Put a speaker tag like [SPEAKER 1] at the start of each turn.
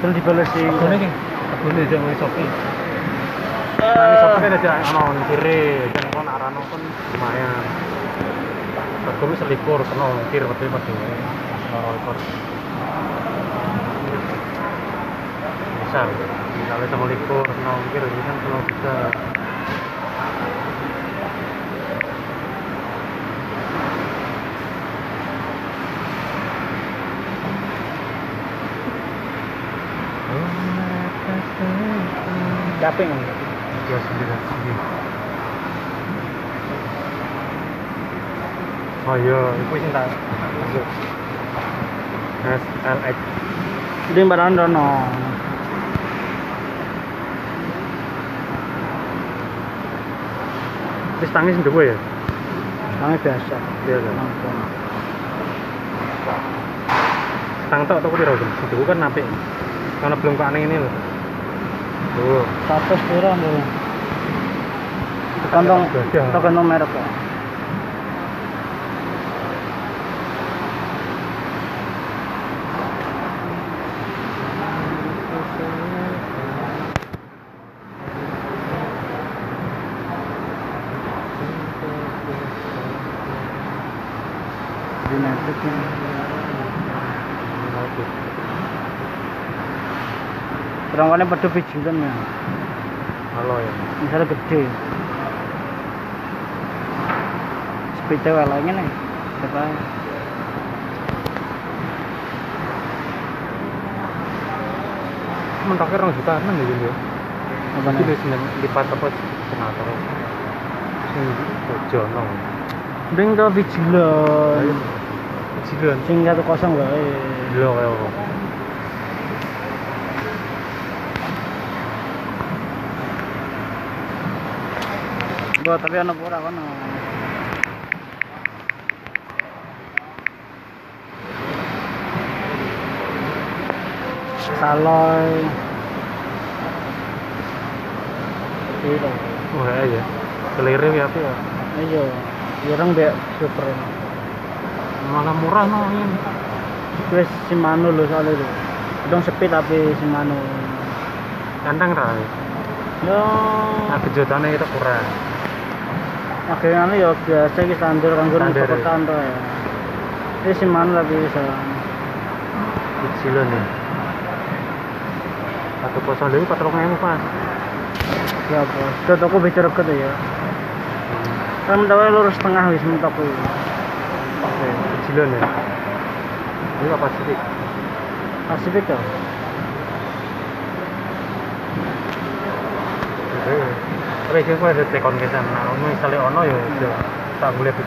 [SPEAKER 1] terus dibalesi
[SPEAKER 2] Kene iki kebule jek wis sopi.
[SPEAKER 1] nang iso kan ada ono kiri dan kon arano kon lumayan Terus selikur kena kiri wedi wedi loro ekor misal misalnya sama likur kena kiri ini kan kalau bisa Hmm.
[SPEAKER 2] Capek
[SPEAKER 1] dia
[SPEAKER 2] ngono.
[SPEAKER 1] Iya, sendiri sendiri oh iya itu sih tak masuk SLX
[SPEAKER 2] Jadi barang dono.
[SPEAKER 1] terus tangis ndhuwe ya
[SPEAKER 2] Sange biasa.
[SPEAKER 1] iya kan tang tok tok piro kan ndhuwe kan apik karena belum kane ini lho tuh
[SPEAKER 2] Satu pira ndene. Tergantung
[SPEAKER 1] Beda.
[SPEAKER 2] tergantung merek. ya. Di Netflix ini. Terangkannya pada pijitan ya.
[SPEAKER 1] halo ya
[SPEAKER 2] misalnya gede sepeda walangnya nih apa
[SPEAKER 1] mentoknya orang juta enam ya gitu ya
[SPEAKER 2] apa
[SPEAKER 1] nanti
[SPEAKER 2] nih
[SPEAKER 1] di sini lipat apa senator sing bojono
[SPEAKER 2] ding ke vigilon
[SPEAKER 1] jilan
[SPEAKER 2] sing satu kosong loh
[SPEAKER 1] Gila Iya, kayak apa?
[SPEAKER 2] Bo, tapi anak pura kono saloy Gila.
[SPEAKER 1] Wah ya, keliru ya apa
[SPEAKER 2] Iya,
[SPEAKER 1] ya?
[SPEAKER 2] ayo ireng dek Iya, super
[SPEAKER 1] Malah murah no ini.
[SPEAKER 2] wis Shimano lho soalnya lho dong sepi tapi Shimano
[SPEAKER 1] Kandang ra.
[SPEAKER 2] yo
[SPEAKER 1] Nah kejutane kita kurang.
[SPEAKER 2] akhirnya yo biasa iki standar kanggo
[SPEAKER 1] Standar, ya.
[SPEAKER 2] perkotaan to ya ini Shimano tapi bisa
[SPEAKER 1] Kecil nih. Satu kosong dulu, empat rong ewu pas.
[SPEAKER 2] ya apa itu toko bisa reket ya kan mentawai lurus tengah wis mentok kuwi
[SPEAKER 1] Oke, kecil nih. Ini apa sih?
[SPEAKER 2] Pasifik to
[SPEAKER 1] Tapi kita ada tekon kita. Nah, misalnya ono ya, tak boleh